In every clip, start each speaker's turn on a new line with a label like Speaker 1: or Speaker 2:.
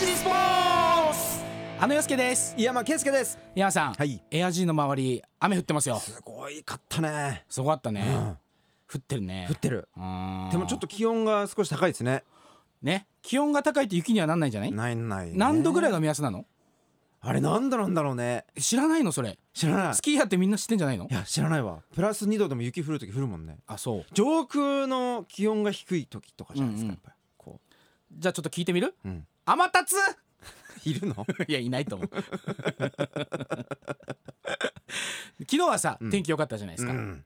Speaker 1: ジリスポーツあのよすけです
Speaker 2: 井山圭介です
Speaker 1: 山さん、
Speaker 2: はい
Speaker 1: エアジーの周り雨降ってますよ
Speaker 2: すごいかったね
Speaker 1: すごかったね、
Speaker 2: うん
Speaker 1: 降ってるね
Speaker 2: 降ってる
Speaker 1: うーん
Speaker 2: でもちょっと気温が少し高いですね
Speaker 1: ね気温が高いと雪にはなんないんじゃない
Speaker 2: ないない、ね、
Speaker 1: 何度ぐらい
Speaker 2: い
Speaker 1: が目安なの
Speaker 2: あれ何度なんだろうね
Speaker 1: 知らないのそれ
Speaker 2: 知らない
Speaker 1: スキーヤーってみんな知ってんじゃないの
Speaker 2: いや知らないわプラス2度でも雪降る時降るもんね
Speaker 1: あそう
Speaker 2: 上空の気温が低い時とかじゃないですか、
Speaker 1: うんうん
Speaker 2: やっぱりこ
Speaker 1: じゃあちょっと聞いてみる
Speaker 2: う、うん、
Speaker 1: 天達
Speaker 2: いる の
Speaker 1: いやいないと思う昨日はさ、
Speaker 2: うん
Speaker 1: 天気良かったじゃないです
Speaker 2: う
Speaker 1: か、
Speaker 2: ん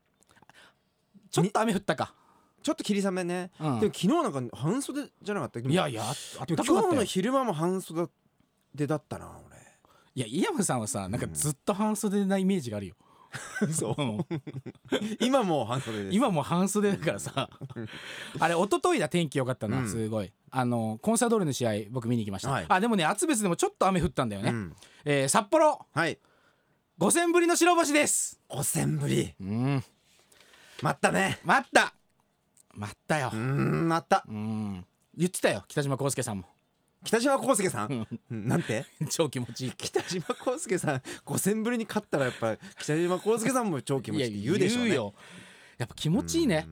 Speaker 1: ちょっと雨降ったか、
Speaker 2: ちょっと霧雨ね、
Speaker 1: うん
Speaker 2: でも昨日なんか半袖じゃなかったでも
Speaker 1: いやいやああった
Speaker 2: で
Speaker 1: か
Speaker 2: も
Speaker 1: か
Speaker 2: 今
Speaker 1: った
Speaker 2: 日
Speaker 1: よ
Speaker 2: の昼間も半袖でだったな
Speaker 1: いや井山さんはさなんかずっと半袖なイメージがあるよ、
Speaker 2: 俺 そう
Speaker 1: うん
Speaker 2: 今もう半袖です
Speaker 1: 今もう半袖だからさあれ一昨日だ天気良かったな、
Speaker 2: うん
Speaker 1: すごいあのコンサドールの試合僕見に行きました、
Speaker 2: はい
Speaker 1: あでもね厚別でもちょっと雨降ったんだよね、
Speaker 2: うん、
Speaker 1: えー札幌
Speaker 2: はい
Speaker 1: 5戦ぶりの白星です
Speaker 2: 汚染ぶり
Speaker 1: うん
Speaker 2: 待ったね
Speaker 1: 待った待ったよ
Speaker 2: うーん待った
Speaker 1: うん言ってたよ北島康 介さんも
Speaker 2: 北島康介さんなんて
Speaker 1: 超気持ちいいって
Speaker 2: 北島康介さん5戦ぶりに勝ったらやっぱ北島康介さんも超気持ちいいって言うでしょうね
Speaker 1: いやよやっぱ気持ちいいね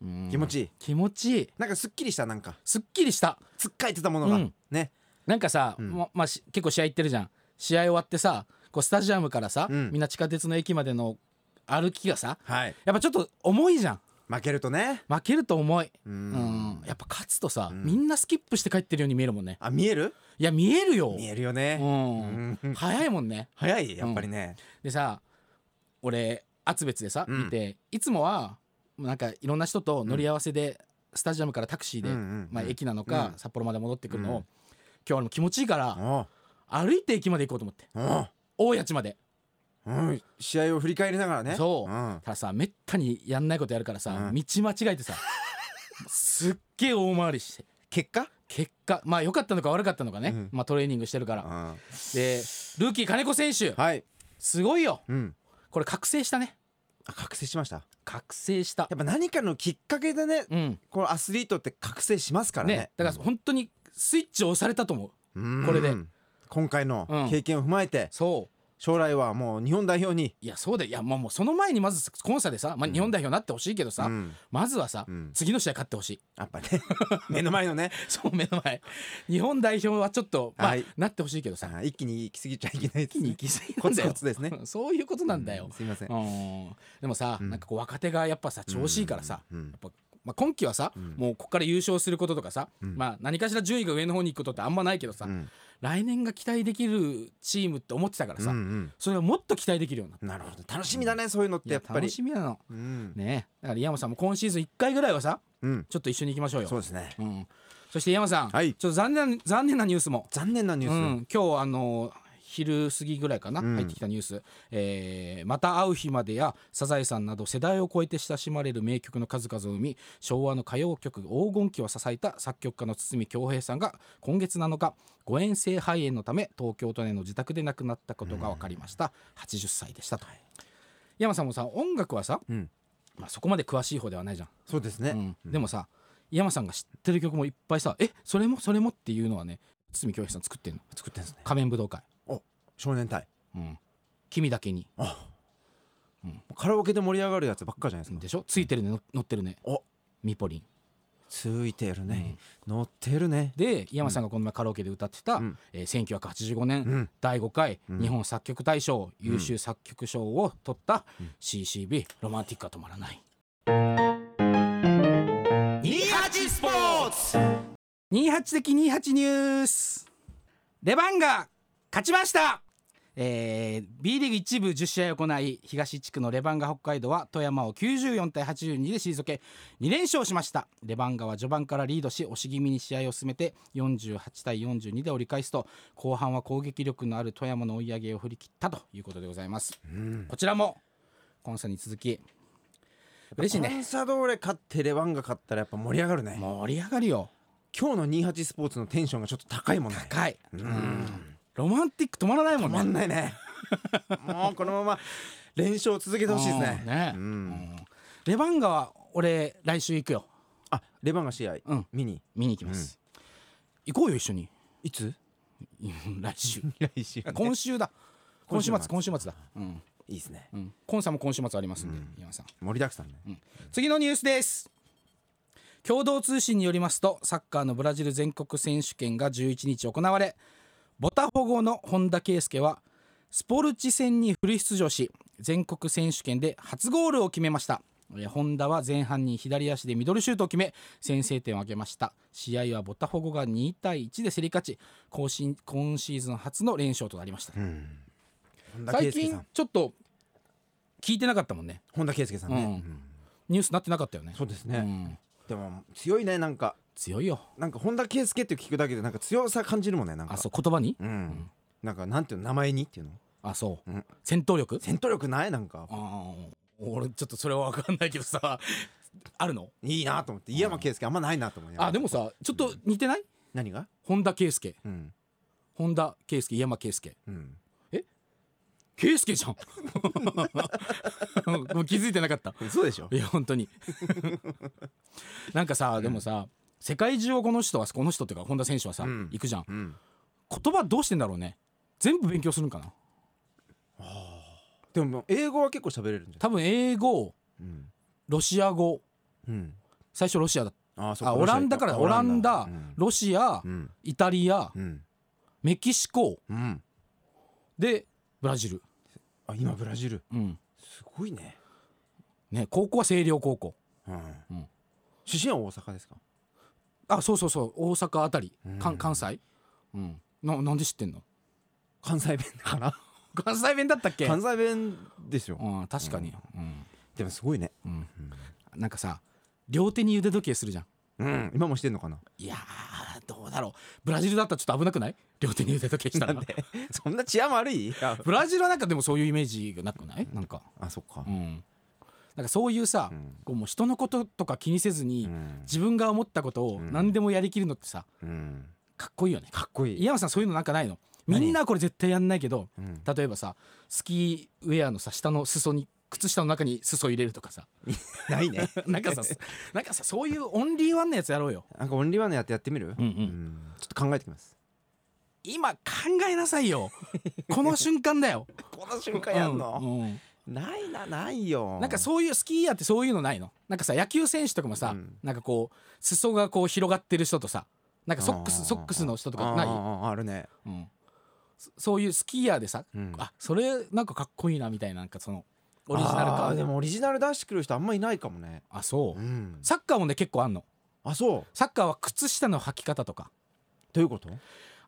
Speaker 2: 気持ちいい
Speaker 1: い気持ちいい
Speaker 2: なんかすっきりしたなんか
Speaker 1: すっきりした
Speaker 2: つっかえてたものが、
Speaker 1: うん
Speaker 2: ね
Speaker 1: なんかさ、
Speaker 2: うん
Speaker 1: ままあ、し結構試合行ってるじゃん試合終わってさこうスタジアムからさ、
Speaker 2: うん
Speaker 1: みんな地下鉄の駅までの歩きがさ
Speaker 2: はい
Speaker 1: やっぱちょっと重いじゃん
Speaker 2: 負けるとね
Speaker 1: 負けると重い、
Speaker 2: うー
Speaker 1: うんん、やっぱ勝つとさ、
Speaker 2: うん
Speaker 1: みんなスキップして帰ってるように見えるもんね
Speaker 2: あ見える
Speaker 1: いや見えるよ
Speaker 2: 見えるよね、
Speaker 1: うん
Speaker 2: うん
Speaker 1: 早いもんね
Speaker 2: 早いやっぱりね、
Speaker 1: でさ俺厚別でさ、
Speaker 2: うん
Speaker 1: 見ていつもはなんかいろんな人と乗り合わせで、スタジアムからタクシーで、
Speaker 2: うんうんうん
Speaker 1: まあ、駅なの
Speaker 2: う
Speaker 1: か、
Speaker 2: ん
Speaker 1: 札幌まで戻ってくるのを、
Speaker 2: うん
Speaker 1: 今日はもう気持ちいいから
Speaker 2: おう
Speaker 1: 歩いて駅まで行こうと思って
Speaker 2: おう
Speaker 1: 大谷地まで
Speaker 2: うん、試合を振り返りながらね
Speaker 1: そ
Speaker 2: う
Speaker 1: う
Speaker 2: ん
Speaker 1: たださめったにやんないことやるからさ、
Speaker 2: うん
Speaker 1: 道間違 えてさすっげえ大回りして
Speaker 2: 結果、
Speaker 1: 結果まあ良かったのか悪かったのかね、
Speaker 2: うん
Speaker 1: まあ、トレーニングしてるから、
Speaker 2: うん
Speaker 1: でルーキー金子選手
Speaker 2: はい、
Speaker 1: すごいよ
Speaker 2: うん、
Speaker 1: これ覚醒したね
Speaker 2: あ覚醒しましたや
Speaker 1: 覚醒した
Speaker 2: っぱ何かのきっかけでね
Speaker 1: うん
Speaker 2: このアスリートって覚醒しますからね
Speaker 1: ねだから本当にスイッチを押されたと思う
Speaker 2: うん
Speaker 1: これで
Speaker 2: 今回の経験を踏まえて、
Speaker 1: そう
Speaker 2: 将来はもう日本代表に、
Speaker 1: いやそうだよいやもうもうその前にまず今サでさ、まあ、
Speaker 2: うん
Speaker 1: 日本代表になってほしいけどさ、
Speaker 2: うん
Speaker 1: まずはさ、
Speaker 2: うん
Speaker 1: 次の試合勝ってほしい
Speaker 2: やっぱね 目の前のね
Speaker 1: そう目の前日本代表はちょっと、まあ
Speaker 2: はい
Speaker 1: なってほしいけどさ
Speaker 2: あ一気に行き過ぎちゃいけない一
Speaker 1: 一気に行き過ぎな
Speaker 2: コ
Speaker 1: ん
Speaker 2: ツ
Speaker 1: だよ
Speaker 2: コツですね
Speaker 1: そういうことなんだよ
Speaker 2: う、すいません
Speaker 1: うんでもさ、
Speaker 2: うん
Speaker 1: なんかこう若手がやっぱさ調子いいからさ、
Speaker 2: うんうん
Speaker 1: やっぱまあ、今季はさ、
Speaker 2: うん
Speaker 1: もうここから優勝することとかさ、
Speaker 2: うん
Speaker 1: まあ、何かしら順位が上の方に行くことってあんまないけどさ、
Speaker 2: うん
Speaker 1: 来年が期待できるチームって思ってたからさ、
Speaker 2: うんうん
Speaker 1: それをもっと期待できるようになった
Speaker 2: なるほど楽しみだね、そういうのっ
Speaker 1: い
Speaker 2: てやっぱり
Speaker 1: 楽しみなの
Speaker 2: うん、
Speaker 1: ねえだから井山さんも今シーズン1回ぐらいはさ
Speaker 2: うん、
Speaker 1: ちょっと一緒に行きましょうよ
Speaker 2: そうですね
Speaker 1: うん、そして井山さん、
Speaker 2: はい
Speaker 1: ちょっと残念な残念なニュースも
Speaker 2: 残念なニュース、
Speaker 1: うん、今日あの昼過ぎぐらいかな、
Speaker 2: うん
Speaker 1: 入ってきたニュース、えーまた会う日まで」や「サザエさん」など世代を超えて親しまれる名曲の数々を生み昭和の歌謡曲黄金期を支えた作曲家の堤恭平さんが今月7日誤嚥性肺炎のため東京都内の自宅で亡くなったことが分かりました、80歳でしたと、山さんもさ音楽はさ、
Speaker 2: うん
Speaker 1: まあ、そこまで詳しい方ではないじゃん
Speaker 2: そうですね、
Speaker 1: うんでもさ山さんが知ってる曲もいっぱいさ「えそれもそれも」っていうのはね堤恭平さん作ってんの
Speaker 2: 作ってんですね
Speaker 1: 仮面武道会、
Speaker 2: お少年隊
Speaker 1: うん、君だけに
Speaker 2: あ、
Speaker 1: うん
Speaker 2: カラオケで盛り上がるやつばっかじゃないですか
Speaker 1: でしょついてるねの乗ってるね
Speaker 2: お
Speaker 1: ミポリン
Speaker 2: ついてるね、乗ってるね
Speaker 1: で井山さんがこの前カラオケで歌ってた、
Speaker 2: うん
Speaker 1: えー1985年、
Speaker 2: うん
Speaker 1: 第5回、
Speaker 2: うん
Speaker 1: 日本作曲大賞優秀作曲賞を取った
Speaker 2: うん
Speaker 1: CCB「ロマンティックは止まらない」
Speaker 2: 28スポーツ
Speaker 1: 28的28ニュースレバンが勝ちましたえー、B リーグ一部10試合を行い東地区のレバンガ北海道は富山を94対82で退け2連勝しましたレバンガは序盤からリードし押し気味に試合を進めて48対42で折り返すと後半は攻撃力のある富山の追い上げを振り切ったということでございます
Speaker 2: うん
Speaker 1: こちらも今世に続き嬉しい
Speaker 2: コン
Speaker 1: ね
Speaker 2: サドーレ勝ってレバンが勝ったらやっぱ盛り上がるね
Speaker 1: 盛り上がるよ
Speaker 2: 今日の28スポーツのテンションがちょっと高いもんね
Speaker 1: 高い
Speaker 2: うん
Speaker 1: ロマンティック止まらないも
Speaker 2: 止
Speaker 1: ん
Speaker 2: ま
Speaker 1: ね
Speaker 2: んないね もうこのまま連勝を続けてほしいですね
Speaker 1: うんね
Speaker 2: うん
Speaker 1: うんレバンガは俺来週行くよ
Speaker 2: あレバンが試合、
Speaker 1: うん
Speaker 2: 見に
Speaker 1: 見に行きます、行こうよ一緒に
Speaker 2: いつ
Speaker 1: 来週
Speaker 2: 来週ね
Speaker 1: 今週だ今週末今
Speaker 2: 今
Speaker 1: 週末だうん
Speaker 2: いいですね
Speaker 1: うん今さんも今週末ありますんで、今さん
Speaker 2: 盛りだくさんね
Speaker 1: 次のニュースです共同通信によりますとサッカーのブラジル全国選手権が11日行われボタフォゴの本田圭佑はスポルチ戦にフル出場し全国選手権で初ゴールを決めましたえー本田は前半に左足でミドルシュートを決め先制点を挙げました試合はボタフォゴが2対1で競り勝ち更新今シーズン初の連勝となりました
Speaker 2: 本田圭佑
Speaker 1: 最
Speaker 2: さ
Speaker 1: 近
Speaker 2: ん
Speaker 1: ちょっと聞いてなかったもんね
Speaker 2: 本田圭佑さん
Speaker 1: うん
Speaker 2: ね
Speaker 1: ニュースなってなかったよね
Speaker 2: そうです
Speaker 1: う
Speaker 2: ね
Speaker 1: ん、
Speaker 2: でも強いねなんか
Speaker 1: 強いよ
Speaker 2: なんか本田圭佑って聞くだけでなんか強さ感じるもんねなん
Speaker 1: あ
Speaker 2: か
Speaker 1: そう言葉に
Speaker 2: うんなんかなんていうの名前にっていうの
Speaker 1: あそう、
Speaker 2: うん
Speaker 1: 戦闘力
Speaker 2: 戦闘力ないなんか
Speaker 1: あー俺ちょっとそれは分かんないけどさあるの
Speaker 2: いいなと思って井山圭佑あんまないなと思いながら
Speaker 1: あでもさちょっと似てない、
Speaker 2: 何が
Speaker 1: 本田圭佑
Speaker 2: うん
Speaker 1: 本田圭佑井山圭佑
Speaker 2: うん
Speaker 1: 圭佑じゃん もう気づいてなかった
Speaker 2: そうでしょ
Speaker 1: いや本当に なんかさでもさ、世界中をこの人はこの人っていうか本田選手はさ、
Speaker 2: うん
Speaker 1: 行くじゃん
Speaker 2: うん
Speaker 1: 言葉どうしてんだろうね全部勉強するんかな
Speaker 2: でも英語は結構喋れるんじゃ
Speaker 1: 多分英語
Speaker 2: ないうん
Speaker 1: ロシア語
Speaker 2: うん
Speaker 1: 最初ロシアだ
Speaker 2: あそっ
Speaker 1: あオランダからオランダ
Speaker 2: うん
Speaker 1: ロシア、
Speaker 2: うん
Speaker 1: イタリア
Speaker 2: うん
Speaker 1: メキシコ
Speaker 2: うん
Speaker 1: でブラジル、
Speaker 2: あ今ブラジル
Speaker 1: うん
Speaker 2: すごいね
Speaker 1: ね、高校は星稜高校
Speaker 2: うん出身は大阪ですか
Speaker 1: あそうそうそう大阪あたり、か
Speaker 2: うん
Speaker 1: ん、関西、うん、ななんで知ってんの
Speaker 2: 関西弁だ から
Speaker 1: 関西弁だったっけ
Speaker 2: 関西弁ですよ
Speaker 1: うん、確かに、うん
Speaker 2: でもすごいね
Speaker 1: うんなんかさ両手に腕時計するじゃん
Speaker 2: うん今もしてんのかない
Speaker 1: やーどうだろうブラジルだったらちょっと危なくない両手に腕時計したら
Speaker 2: なんでそんな治安悪い
Speaker 1: ブラジルはなんかでもそういうイメージがなくないなんか
Speaker 2: あそっか
Speaker 1: うんなんかそういうさ、
Speaker 2: うん
Speaker 1: こうもう人のこととか気にせずに、
Speaker 2: うん
Speaker 1: 自分が思ったことを
Speaker 2: ん
Speaker 1: 何でもやりきるのってさ
Speaker 2: うん
Speaker 1: かっこいいよね
Speaker 2: かっこい
Speaker 1: 井
Speaker 2: い
Speaker 1: 山さんそういうのなんかないのみんなこれ絶対やんないけど
Speaker 2: うん
Speaker 1: 例えばさスキーウェアのさ下の裾に靴下の中に裾入れるとかさ
Speaker 2: ない ね
Speaker 1: なんかさなんかさそういうオンリーワンのやつやろうよ
Speaker 2: なんかオンリーワンのやってやってみる
Speaker 1: うんうん
Speaker 2: ちょっと考えてき ます
Speaker 1: 今考えなさい よこの瞬間だよ
Speaker 2: この瞬
Speaker 1: うんうん
Speaker 2: ないなないよ
Speaker 1: なんかそういうスキーヤーってそういうのないのなんかさ野球選手とかもさ、
Speaker 2: うん
Speaker 1: なんかこう裾がこう広がってる人とさなんかソック
Speaker 2: あー
Speaker 1: スソックスの人とか
Speaker 2: あ
Speaker 1: ない、
Speaker 2: ーあーあるね
Speaker 1: うん、そそういうスキーヤーでさ、
Speaker 2: うん
Speaker 1: あそれなんかかっこいいなみたいななんかそのオリジナル
Speaker 2: あー
Speaker 1: 感
Speaker 2: でもオリジナル出してくる人あんまいないかもね
Speaker 1: あそう、
Speaker 2: うん
Speaker 1: サッカーもね結構あんの
Speaker 2: あそう
Speaker 1: サッカーは靴下の履き方とか
Speaker 2: どういうこと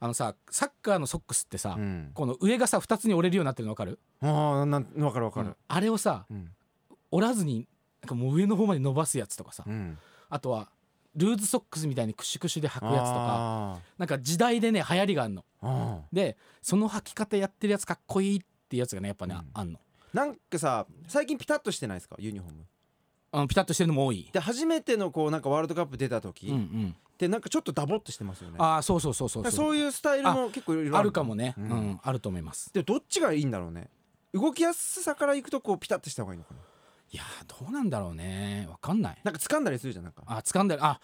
Speaker 1: あのさサッカーのソックスってさ、
Speaker 2: うん
Speaker 1: この上がさ2つに折れるようになってるの分かる
Speaker 2: ああなんわかるわか
Speaker 1: う
Speaker 2: る
Speaker 1: んあれをさ
Speaker 2: うん
Speaker 1: 折らずになんかもう上の方まで伸ばすやつとかさ、
Speaker 2: うん
Speaker 1: あとはルーズソックスみたいにクシュクシュで履くやつとか
Speaker 2: あ
Speaker 1: なんか時代でね流行りがあんの
Speaker 2: ーあー
Speaker 1: でその履き方やってるやつかっこいいってやつがねやっぱね、
Speaker 2: うん
Speaker 1: あんの
Speaker 2: なんかさ最近ピタッとしてないですかユニフォーム
Speaker 1: あのピタッとしてるのも多い
Speaker 2: で初めてのこうなんかワールドカップ出た時、
Speaker 1: うんうん
Speaker 2: でなんかちょっとダボっとしてますよね
Speaker 1: ああそうそうそうそう
Speaker 2: なんかそういうスタイルも結構いろいろ
Speaker 1: あるかもね、う
Speaker 2: うんん
Speaker 1: あると思います
Speaker 2: でどっちがいいんだろうね動きやすさからいくとこうピタッとした方がいいのかない
Speaker 1: やーどうなんだろうねわかんない
Speaker 2: なんか掴んだりするじゃんなんか
Speaker 1: あ掴んだりあだか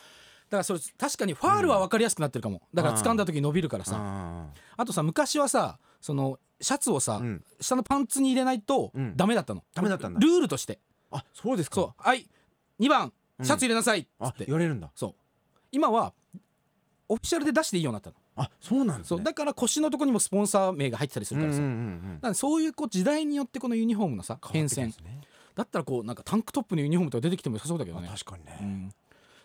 Speaker 1: らそれ確かにファールは分かりやすくなってるかも、だから掴んだ時伸びるからさ、
Speaker 2: あー
Speaker 1: あとさ昔はさそのシャツをさ、
Speaker 2: うん
Speaker 1: 下のパンツに入れないと
Speaker 2: うん
Speaker 1: ダメだったの、
Speaker 2: ダメだったんだ
Speaker 1: ルールとして
Speaker 2: あそうですか
Speaker 1: そうはい2番
Speaker 2: うん
Speaker 1: シャツ入れなさいっつ
Speaker 2: あ
Speaker 1: って、
Speaker 2: 言われるんだ
Speaker 1: そう今はオフィシャルで出していいようになったの、
Speaker 2: あそうなんです
Speaker 1: そう
Speaker 2: ね
Speaker 1: だから腰のとこにもスポンサー名が入ってたりするからさ、
Speaker 2: うんうんうん
Speaker 1: なんでそういうこう時代によってこのユニフォームのさ
Speaker 2: うん、変
Speaker 1: 変
Speaker 2: わってき
Speaker 1: 遷
Speaker 2: ますね
Speaker 1: だったらこうなんかタンクトップのユニフォームとか出てきても良さそうだけどね
Speaker 2: あ確かに
Speaker 1: う
Speaker 2: ね、
Speaker 1: ん、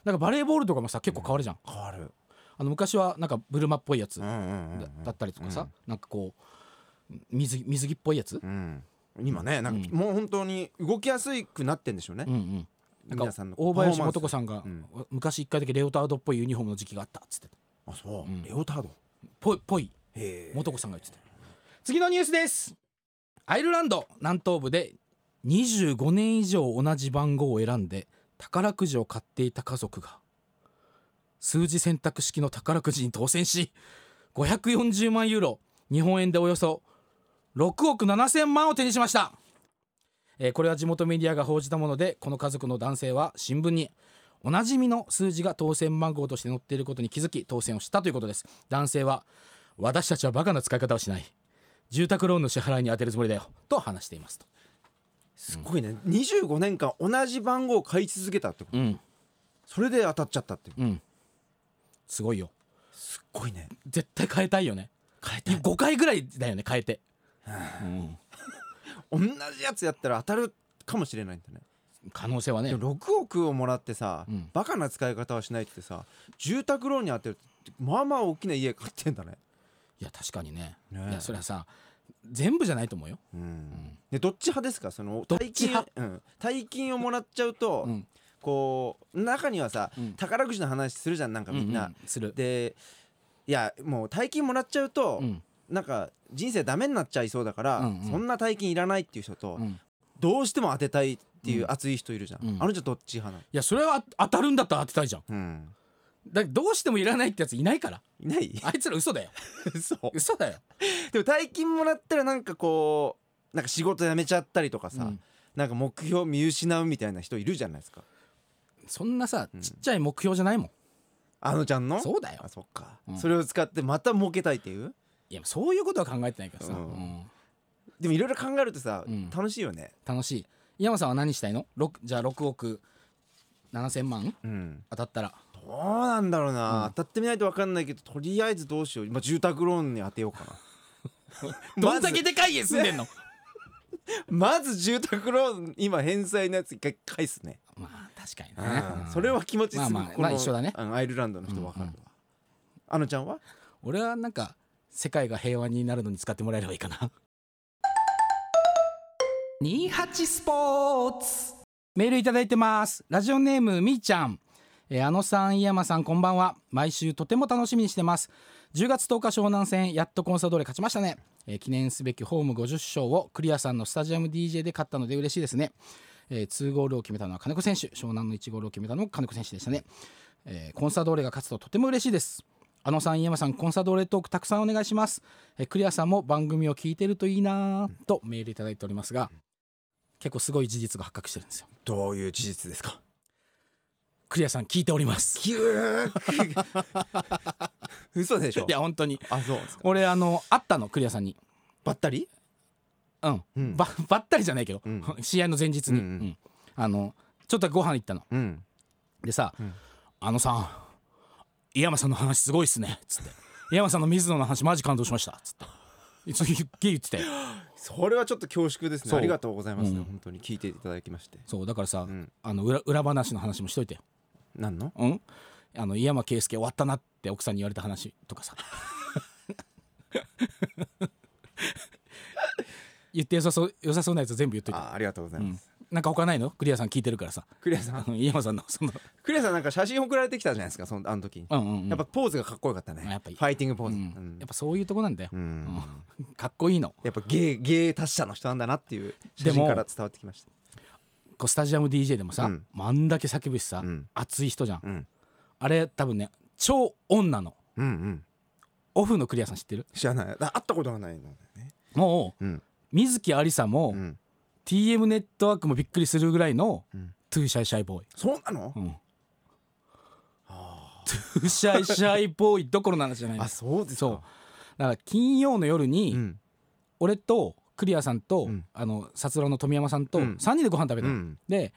Speaker 1: なんかバレーボールとかもさ結構変わるじゃん、
Speaker 2: 変わる
Speaker 1: あの昔はなんかブルマっぽいやつだ,、
Speaker 2: ん
Speaker 1: だったりとかさ、なんかこう水着水着っぽいやつ、
Speaker 2: うん今ねなんか、
Speaker 1: うん
Speaker 2: もう本当に動きやすくなってんでしょうね、
Speaker 1: うんうんなん
Speaker 2: 皆
Speaker 1: か
Speaker 2: さんの
Speaker 1: 大林素子さんが
Speaker 2: うん
Speaker 1: 昔一回だけレオタードっぽいユニフォームの時期があったっつってた
Speaker 2: あそう、
Speaker 1: うん
Speaker 2: レオタード
Speaker 1: ぽいぽい
Speaker 2: へえ
Speaker 1: 素子さんが言ってた次のニュースですアイルランド南東部で25年以上同じ番号を選んで宝くじを買っていた家族が数字選択式の宝くじに当選し540万ユーロ日本円でおよそ6億7000万を手にしました、えーこれは地元メディアが報じたものでこの家族の男性は新聞におなじみの数字が当選番号として載っていることに気づき当選をしたということです男性は私たちはバカな使い方をしない住宅ローンの支払いに充てるつもりだよと話していますと、
Speaker 2: すごいね25年間同じ番号を買い続けたってこと
Speaker 1: うん
Speaker 2: それで当たっちゃったっていう
Speaker 1: うん、すごいよ
Speaker 2: すっごいね
Speaker 1: 絶対変えたいよね
Speaker 2: 変えたい
Speaker 1: 5回ぐらいだよね変えて、うん
Speaker 2: 同じやつやったら当たるかもしれないんだね
Speaker 1: 可能性はね
Speaker 2: でも6億をもらってさ、
Speaker 1: うん
Speaker 2: バカな使い方はしないってさ住宅ローンに当てるってまあまあ大きな家買ってんだね
Speaker 1: いや確かにね
Speaker 2: ねえ
Speaker 1: いやそれはさ全部じゃないと思うよ、
Speaker 2: うん、でどっち派ですかその
Speaker 1: どっ
Speaker 2: 大
Speaker 1: ち
Speaker 2: 金
Speaker 1: 派
Speaker 2: うん、大金をもらっちゃうと、
Speaker 1: うん
Speaker 2: こう中にはさ、
Speaker 1: うん
Speaker 2: 宝くじの話するじゃんなんかみんな、
Speaker 1: ううする
Speaker 2: でいやもう大金もらっちゃうと、
Speaker 1: うん
Speaker 2: なんか人生ダメになっちゃいそうだから、
Speaker 1: うんうん
Speaker 2: そんな大金いらないっていう人と、
Speaker 1: うんい
Speaker 2: どうしても当てたいっていう熱い人いるじゃん、
Speaker 1: うん
Speaker 2: あの人どっち派な
Speaker 1: やそれは当たるんだったら当てたいじゃん
Speaker 2: の、うん、
Speaker 1: だどうしてもいらないってやついないから
Speaker 2: いない
Speaker 1: あいつら嘘だよ
Speaker 2: そう
Speaker 1: 嘘だよ
Speaker 2: でも大金もらったらなんかこうなんか仕事辞めちゃったりとかさ、
Speaker 1: うん
Speaker 2: なんか目標見失うみたいな人いるじゃないですか
Speaker 1: そんなさちっちゃい目標じゃないもん、
Speaker 2: あのちゃんの
Speaker 1: そうだよ
Speaker 2: あそっか、
Speaker 1: うん
Speaker 2: それを使ってまた儲けたいっていう
Speaker 1: いやそういうことは考えてないからさ、
Speaker 2: うん
Speaker 1: うん
Speaker 2: でもいろいろ考えるとさ、
Speaker 1: うん
Speaker 2: 楽しいよね
Speaker 1: 楽しい井山さんは何したいの六じゃあ6億7000万
Speaker 2: うん
Speaker 1: 当たった ら
Speaker 2: どうなんだろうな、
Speaker 1: うん
Speaker 2: 当たってみないと分かんないけどとりあえずどうしよう今住宅ローンに当てようかな
Speaker 1: どんだけでかい家住んでん の
Speaker 2: まず住宅ローン今返済のやつ一回返すね、
Speaker 1: まあ確かに
Speaker 2: う
Speaker 1: ね
Speaker 2: んそれは気持ちすぐ
Speaker 1: まあまあ
Speaker 2: この
Speaker 1: まあ一緒だね
Speaker 2: あのアイルランドの人分かるわ、
Speaker 1: うん
Speaker 2: あのちゃんは
Speaker 1: 俺はなんか世界が平和になるのに使ってもらえればいいかな28スポーツメールいただいてますラジオネームみーちゃんえーあのさん井山さんこんばんは毎週とても楽しみにしてます10月10日湘南戦やっとコンサドーレ勝ちましたね、えー記念すべきホーム50勝をクリアさんのスタジアム DJ で勝ったので嬉しいですね、えー、2ゴールを決めたのは金子選手湘南の1ゴールを決めたのも金子選手でしたね、えーコンサドーレが勝つととても嬉しいですあのさん、井山さん、コンサドーレトークたくさんお願いします。えークリアさんも番組を聞いてるといいなぁとメールいただいておりますが、結構すごい事実が発覚してるんですよ。
Speaker 2: どういう事実ですか
Speaker 1: クリアさん、聞いております。
Speaker 2: ギュー嘘でしょ
Speaker 1: いや、本当に。
Speaker 2: あそうですか
Speaker 1: 俺、あの、会ったの、クリアさんに。
Speaker 2: ばったり
Speaker 1: うん。
Speaker 2: うん
Speaker 1: ば、ばったりじゃないけど、
Speaker 2: うん
Speaker 1: 試合の前日に、
Speaker 2: うんうん
Speaker 1: うんあの、ちょっとご飯行ったの。
Speaker 2: うん
Speaker 1: でさ、
Speaker 2: ん
Speaker 1: あのさん、井山さんの話すごいっすね。つって。井山さんの水野の話、マジ感動しました。つって。すげえ言ってたよ。
Speaker 2: それはちょっと恐縮です
Speaker 1: そ
Speaker 2: ね
Speaker 1: う
Speaker 2: ありがとうございますね、
Speaker 1: うん
Speaker 2: 本当に聞いていただきまして
Speaker 1: そう、だからさ、
Speaker 2: ん
Speaker 1: あの裏、裏話の話もしといてよ。
Speaker 2: 何の
Speaker 1: うん、あの井山圭介終わったなって奥さんに言われた話とかさ 言って良さそう良さそうなやつ全部言っといて、
Speaker 2: あありがとうございます、
Speaker 1: なんか他ないのクリアさん聞いてるからさ
Speaker 2: クリアさん
Speaker 1: うん井山さんのその
Speaker 2: クリアさんなんか写真送られてきたじゃないですかそのあの時に、
Speaker 1: うんうんうん
Speaker 2: やっぱポーズがかっこよかったね
Speaker 1: あやっぱいい
Speaker 2: ファイティングポー
Speaker 1: う
Speaker 2: ズ、
Speaker 1: ん
Speaker 2: うん
Speaker 1: やっぱそういうとこなんだよ、
Speaker 2: うん
Speaker 1: うん かっこいいの
Speaker 2: やっぱ芸芸達者の人なんだなっていう写
Speaker 1: で
Speaker 2: 真
Speaker 1: も
Speaker 2: から伝わってきまし
Speaker 1: こうスタジアム DJ でもさ、
Speaker 2: うん
Speaker 1: まああんだけ叫ぶしさ、
Speaker 2: うん
Speaker 1: 熱い人じゃん、
Speaker 2: た、うん、
Speaker 1: あれ多分ね超女の
Speaker 2: うんうん
Speaker 1: オフのクリアさん知ってる
Speaker 2: 知らないあ会ったことがないのでね
Speaker 1: もう
Speaker 2: うん
Speaker 1: 水木有沙も、
Speaker 2: うん
Speaker 1: TM ネットワークもびっくりするぐらいの、
Speaker 2: うん
Speaker 1: トゥーシャイシャイボーイ
Speaker 2: そうなの、
Speaker 1: うん。トゥシャイシャイボーイどころの話じゃないで
Speaker 2: あ
Speaker 1: す。
Speaker 2: そうですか
Speaker 1: そう。だから金曜の夜に、
Speaker 2: ん
Speaker 1: 俺とクリアさんと、
Speaker 2: うん
Speaker 1: あのさつらの富山さんと、
Speaker 2: う
Speaker 1: 三
Speaker 2: ん
Speaker 1: 3人でご飯食べた
Speaker 2: う
Speaker 1: の、
Speaker 2: ん
Speaker 1: で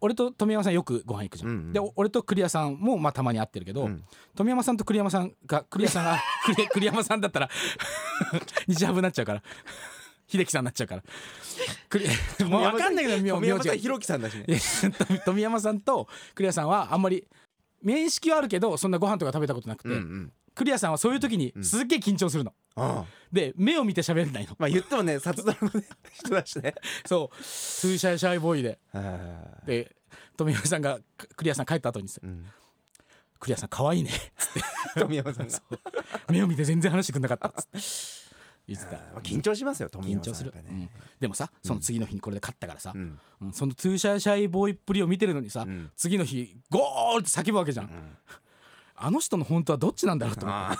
Speaker 1: 俺と富山さんよくご飯行くじゃん、
Speaker 2: うんうん
Speaker 1: でお俺と栗山さんもまあたまに会ってるけど、
Speaker 2: うん
Speaker 1: 富山さんと栗山さんが栗山さんが 栗栗山さんだったら 日ハブになっちゃうから秀樹さんになっちゃうから栗もう分かんないけど名
Speaker 2: 富
Speaker 1: 名
Speaker 2: 山
Speaker 1: 字
Speaker 2: さん
Speaker 1: が
Speaker 2: ひろきさんだしね
Speaker 1: いや富 富山さんとクリアさんはあんまり面識はあるけどそんなご飯とか食べたことなくて、
Speaker 2: うんうん
Speaker 1: クリアさんはそういう時にすっげえ緊張するの、
Speaker 2: ああ
Speaker 1: で目を見て喋れないの
Speaker 2: まあ言ってもね札幌のね 人だしね
Speaker 1: そう「トゥーシャイシャイボーイで
Speaker 2: あ」ー
Speaker 1: で富山さんがククリアさん帰った後にさ
Speaker 2: うん
Speaker 1: 「クリアさん可愛いね」 つって
Speaker 2: 富山さんが
Speaker 1: 目を見て全然話してくんなかったっつって言ってた
Speaker 2: まあ緊張しますよ富
Speaker 1: 緊
Speaker 2: 山さん
Speaker 1: 張する、
Speaker 2: やっぱ
Speaker 1: う
Speaker 2: ね
Speaker 1: んでもさその次の日にこれで勝ったからさ、
Speaker 2: ん
Speaker 1: うんそのトゥーシャイシャイボーイっぷりを見てるのにさ、
Speaker 2: ん
Speaker 1: 次の日ゴーって叫ぶわけじゃん、 あの人の本当はどっちなんだろうと思って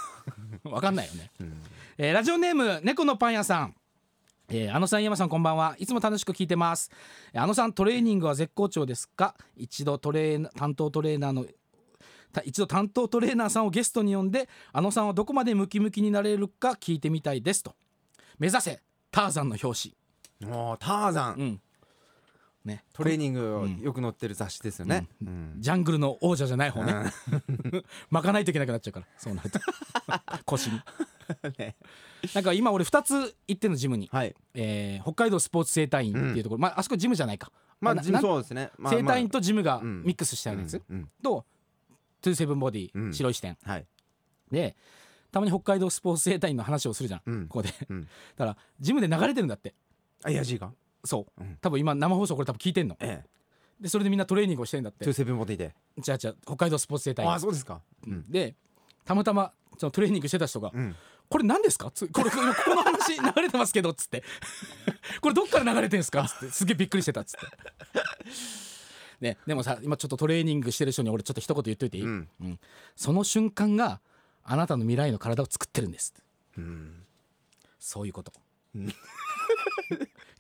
Speaker 2: あ
Speaker 1: わかんないよね、
Speaker 2: ん
Speaker 1: えーラジオネーム猫のパン屋さんえーあのさん、山さん、こんばんは。いつも楽しく聞いてます。えーあのさん、トレーニングは絶好調ですか一度トレーナ担当トレーナーのた一度担当トレーナーさんをゲストに呼んであのさんはどこまでムキムキになれるか聞いてみたいですと目指せターザンの表
Speaker 2: もうターザン、
Speaker 1: 紙うんね
Speaker 2: トレーニングをよく載ってる雑誌ですよね、うん
Speaker 1: ジャングルの王者じゃない方ね 巻かないといけなくなっちゃうからそうな ると腰に
Speaker 2: ね
Speaker 1: なんか今俺2つ行ってんのジムに、
Speaker 2: はい
Speaker 1: えー北海道スポーツ整体院っていうところ、まああそこジムじゃないか
Speaker 2: まあ
Speaker 1: な
Speaker 2: ジム
Speaker 1: なん
Speaker 2: そうですね、まあ、
Speaker 1: 整体院
Speaker 2: と
Speaker 1: とジムが
Speaker 2: うん
Speaker 1: ミックスしたようなやつ、
Speaker 2: うんうん
Speaker 1: とトゥーセブンボディ、
Speaker 2: うん
Speaker 1: 白石店
Speaker 2: はい、
Speaker 1: でたまに北海道スポーツ整体院の話をするじゃん、
Speaker 2: うん
Speaker 1: ここで
Speaker 2: うん、
Speaker 1: だからジムで流れてるんだって
Speaker 2: あいや G が
Speaker 1: そ
Speaker 2: う
Speaker 1: う、
Speaker 2: ん
Speaker 1: 多分今生放送これ多分聞いてんの
Speaker 2: え
Speaker 1: でそれでみんなトレーニングをしてんだっ
Speaker 2: え
Speaker 1: て
Speaker 2: 27持っていて
Speaker 1: じゃあじゃあ北海道スポーツ整体
Speaker 2: ああ
Speaker 1: 院
Speaker 2: そうですかうん
Speaker 1: でたまたまそのトレーニングしてた人が「
Speaker 2: うん
Speaker 1: これ何ですか?つ」こ れこれここの話流れてますけど」っつって 「これどっから流れてんすか?」っつってすげえびっくりしてたっつって。ね、でもさ今ちょっとトレーニングしてる人に俺ちょっと一言言っといていい、
Speaker 2: うん
Speaker 1: うんその瞬間があなたの未来の体を作ってるんですって
Speaker 2: うん
Speaker 1: そういうこと。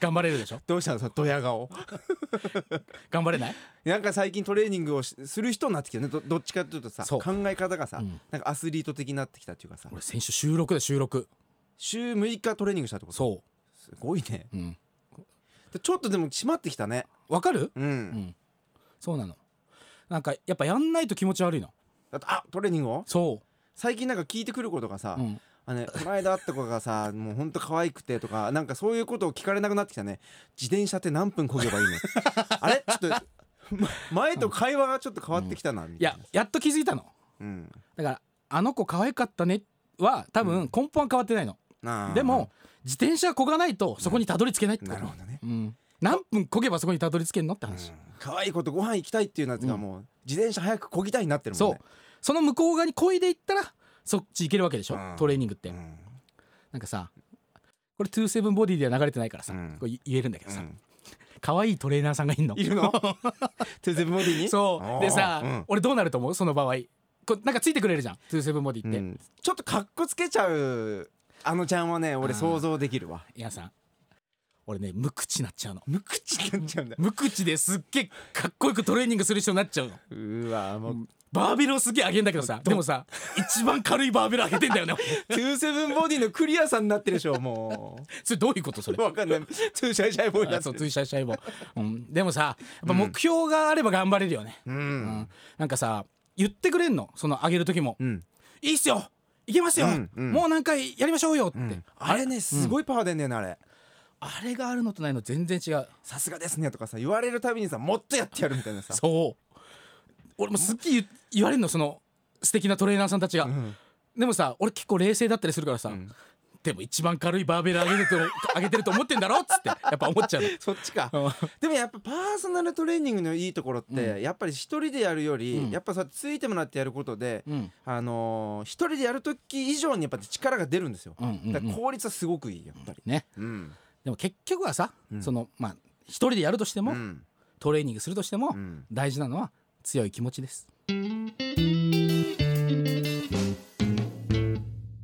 Speaker 1: 頑張れるでしょ
Speaker 2: どうしたのそのドヤ顔
Speaker 1: 頑張れない
Speaker 2: なんか最近トレーニングをしする人になってきたねどどっちかというとさ
Speaker 1: そう
Speaker 2: 考え方がさ、
Speaker 1: うん
Speaker 2: なんかアスリート的になってきたっていうかさ
Speaker 1: 俺先週収録で収録
Speaker 2: 週6日トレーニングしたってこと
Speaker 1: そ
Speaker 2: すごいね
Speaker 1: ううん
Speaker 2: でちょっとでも締まってきたね
Speaker 1: わかる
Speaker 2: うん、
Speaker 1: うんそうなのなんかやっぱやんないと気持ち悪いの
Speaker 2: あとあトレーニングを
Speaker 1: そ
Speaker 2: 最近なんか聞いてくることがさ、
Speaker 1: う、うん、
Speaker 2: あのね、この間会った子がさもうほんと可愛くてとかなんかそういうことを聞かれなくなってきたね自転車って何分こげ ばいいのあれちょっと、ま前と会話がちょっと変わってきたな、み
Speaker 1: い
Speaker 2: たい
Speaker 1: や
Speaker 2: な
Speaker 1: やっと気づいたの
Speaker 2: うん
Speaker 1: だからあの子可愛かったねは多
Speaker 2: う
Speaker 1: 分根本は変わってないの、
Speaker 2: なあ
Speaker 1: でも自転車こがないとそこにたどり着けないってこ
Speaker 2: なる
Speaker 1: と
Speaker 2: ほ、どね、
Speaker 1: うん、何分こげばそこにたどり着けんのって
Speaker 2: うん
Speaker 1: 話、、
Speaker 2: 可愛い子とご飯行きたいっていうのは、
Speaker 1: うん
Speaker 2: もう自転車早くこぎたいになってるもん
Speaker 1: そう
Speaker 2: ね
Speaker 1: その向こう側に漕いでいったらそっち行けるわけでしょ、
Speaker 2: うん
Speaker 1: トレーニングって、
Speaker 2: うん
Speaker 1: なんかさこれ27ボディでは流れてないからさ、
Speaker 2: うん
Speaker 1: これ言えるんだけど
Speaker 2: う
Speaker 1: さ
Speaker 2: ん
Speaker 1: 可愛、いトレーナーさんがいんの
Speaker 2: いる のトゥーセブンボディに
Speaker 1: そ
Speaker 2: あー
Speaker 1: うでさ、
Speaker 2: うん
Speaker 1: 俺どうなると思うその場合こうなんかついてくれるじゃん27ボディって、
Speaker 2: うんちょっとかっこつけちゃうあのちゃんはね俺
Speaker 1: あー
Speaker 2: 想像できるわ
Speaker 1: 皆さん俺ね無口になっちゃうの
Speaker 2: 無口になっちゃうんだ
Speaker 1: 無口ですっげえかっこよくトレーニングする人になっちゃうの
Speaker 2: うーわもう
Speaker 1: バーベルをすげえ上げんだけどさでもさ一番軽いバーベル上げてんだよね
Speaker 2: 27ボディのクリアさんになってるでしょも
Speaker 1: それどういうことそれ
Speaker 2: うわかんないトゥーシャイシャイボーイにな
Speaker 1: あ
Speaker 2: って
Speaker 1: そう
Speaker 2: る
Speaker 1: ツイシャイシャイボーうん、でもさやっぱ目標があれば頑張れるよね、
Speaker 2: う
Speaker 1: うんんなんかさ言ってくれんのその上げる時も、
Speaker 2: うん
Speaker 1: いいっすよいけますよ、
Speaker 2: うんうん
Speaker 1: もう何回やりましょうよって、
Speaker 2: あれねすごいパワー出んだよねあれ
Speaker 1: あれがあるのとないの全然違う
Speaker 2: さすがですねとかさ言われるたびにさもっとやってやるみたいなさ
Speaker 1: そう俺もすっげえ言言われるのその素敵なトレーナーさんたちが、
Speaker 2: ん
Speaker 1: でもさ俺結構冷静だったりするからさ、でも一番軽いバーベル上げてると 上げてると思ってんだろっつってやっぱ思っちゃうの
Speaker 2: そっちか
Speaker 1: うん
Speaker 2: でもやっぱパーソナルトレーニングのいいところってやっぱり一人でやるよ
Speaker 1: うん
Speaker 2: りやっぱさついてもらってやることで
Speaker 1: うん
Speaker 2: あのー一人でやる時以上にやっぱ力が出るんですよ
Speaker 1: うんうんうん
Speaker 2: だから効率はすごくいいやっぱり
Speaker 1: ね
Speaker 2: うん
Speaker 1: でも結局はさ、
Speaker 2: うん
Speaker 1: そのまあ一人でやるとして
Speaker 2: う
Speaker 1: も、
Speaker 2: ん
Speaker 1: トレーニングするとしても、
Speaker 2: うん
Speaker 1: 大事なのは強い気持ちです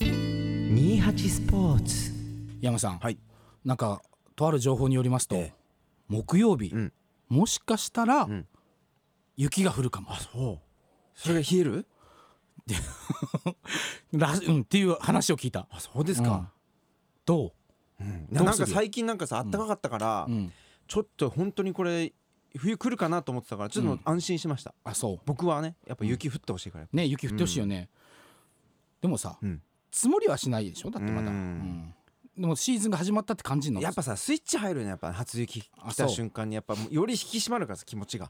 Speaker 2: 28スポーツ
Speaker 1: 山さん、
Speaker 2: はい
Speaker 1: なんかとある情報によりますと、
Speaker 2: ええ
Speaker 1: 木曜日、
Speaker 2: うん
Speaker 1: もしかしたら、
Speaker 2: ん
Speaker 1: 雪が降るかも
Speaker 2: そうそれが冷える
Speaker 1: らうん、っていう話を聞いた。
Speaker 2: あそうで
Speaker 1: ですか、ど
Speaker 2: な
Speaker 1: どう
Speaker 2: なん
Speaker 1: する
Speaker 2: か最近なんかさあったかかったから、
Speaker 1: う、ん、
Speaker 2: ちょっと本当にこれ冬来るかなと思ってたからちょっともう安心しました、
Speaker 1: あそ
Speaker 2: 僕はねやっぱ雪降ってほしいから、
Speaker 1: うね雪降ってほしいよね、でもさ、
Speaker 2: うん
Speaker 1: 積もりはしないでしょだってまだ、
Speaker 2: うん
Speaker 1: うんでもシーズンが始まったって感じになる
Speaker 2: やっぱさスイッチ入るねやっぱ初雪
Speaker 1: あ
Speaker 2: 来
Speaker 1: そ
Speaker 2: た
Speaker 1: う
Speaker 2: 瞬間にやっぱもうより引き締まるからさ気持ちが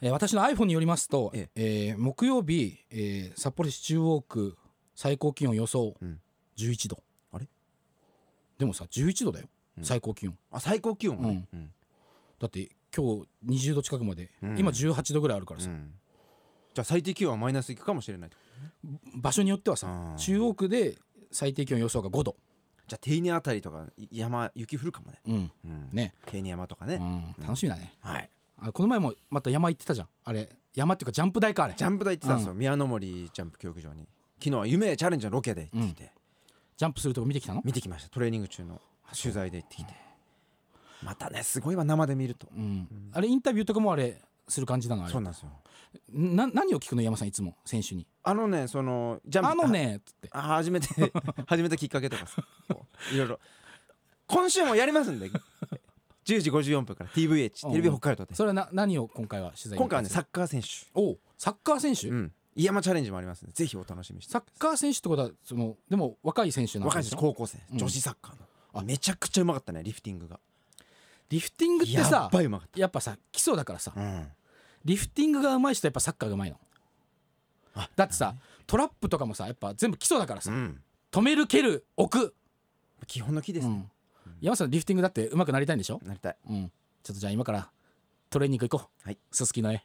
Speaker 1: えー私の iPhone によりますと、え
Speaker 2: え
Speaker 1: ー木曜日、えー札幌市中央区最高気温予想、
Speaker 2: うん
Speaker 1: 11度
Speaker 2: あれ
Speaker 1: でもさ11度だよ、
Speaker 2: うん
Speaker 1: 最高気温
Speaker 2: あ最高気温はねうん
Speaker 1: だって今日20度近くまで、
Speaker 2: うん
Speaker 1: 今18度ぐらいあるから
Speaker 2: う
Speaker 1: さ、
Speaker 2: んじゃあ最低気温はマイナスいくかもしれない
Speaker 1: 場所によってはさ、
Speaker 2: あー
Speaker 1: 中央区で最低気温予想が5度、
Speaker 2: じゃあ手稲あたりとかい山雪降るかもね、
Speaker 1: うん
Speaker 2: うん、
Speaker 1: ね
Speaker 2: 手稲山とかね、
Speaker 1: うん、楽しみだね
Speaker 2: はい
Speaker 1: あこの前もまた山行ってたじゃんあれ山っていうかジャンプ台かあれ
Speaker 2: ジャンプ台行ってたんですよ、宮の森ジャンプ競技場に昨日は夢へチャレンジのロケで行ってきて、
Speaker 1: ジャンプするとこ見てきたの
Speaker 2: 見てきましたトレーニング中の取材で行ってきてまたねすごいわ生で見ると
Speaker 1: うん、あれインタビューとかもあれする感じなのあれ
Speaker 2: そうなんですよ
Speaker 1: な何を聞くの山さんいつも選手に
Speaker 2: あのねそのジャ
Speaker 1: 「
Speaker 2: ンプ
Speaker 1: あのね」っつって
Speaker 2: あ初 めて始めたきっかけとかさこういろいろ今週もやりますんで10時54分から TVH テレビ北海道で
Speaker 1: それはな何を今回は取材に
Speaker 2: 今回はねサッカー選手
Speaker 1: おうサッカー選手、
Speaker 2: うん井山チャレンジもありますんでぜひお楽しみにして
Speaker 1: サッカー選手ってことはそのでも若い選手なん
Speaker 2: 若
Speaker 1: で
Speaker 2: い
Speaker 1: す
Speaker 2: 人
Speaker 1: よ
Speaker 2: 高校生
Speaker 1: うん
Speaker 2: 女子サッカーの、めちゃくちゃうまかったねリフティングが
Speaker 1: リフティングって
Speaker 2: や
Speaker 1: さ
Speaker 2: っぱいうまかっ
Speaker 1: やっぱさ基礎だからさ
Speaker 2: た、うん、
Speaker 1: リフティングが上手い人はやっぱサッカーが上手いの
Speaker 2: あ
Speaker 1: だってさトラップとかもさやっぱ全部基礎だから
Speaker 2: う
Speaker 1: さ、
Speaker 2: ん、
Speaker 1: 止める蹴る置く、
Speaker 2: 基本の木です
Speaker 1: う
Speaker 2: ね、
Speaker 1: ん山さんリフティングだって上手くなりたいんでしょ、
Speaker 2: なりたい
Speaker 1: うん、ちょっとじゃあ今からトレーニング行こう
Speaker 2: はい
Speaker 1: すすきの絵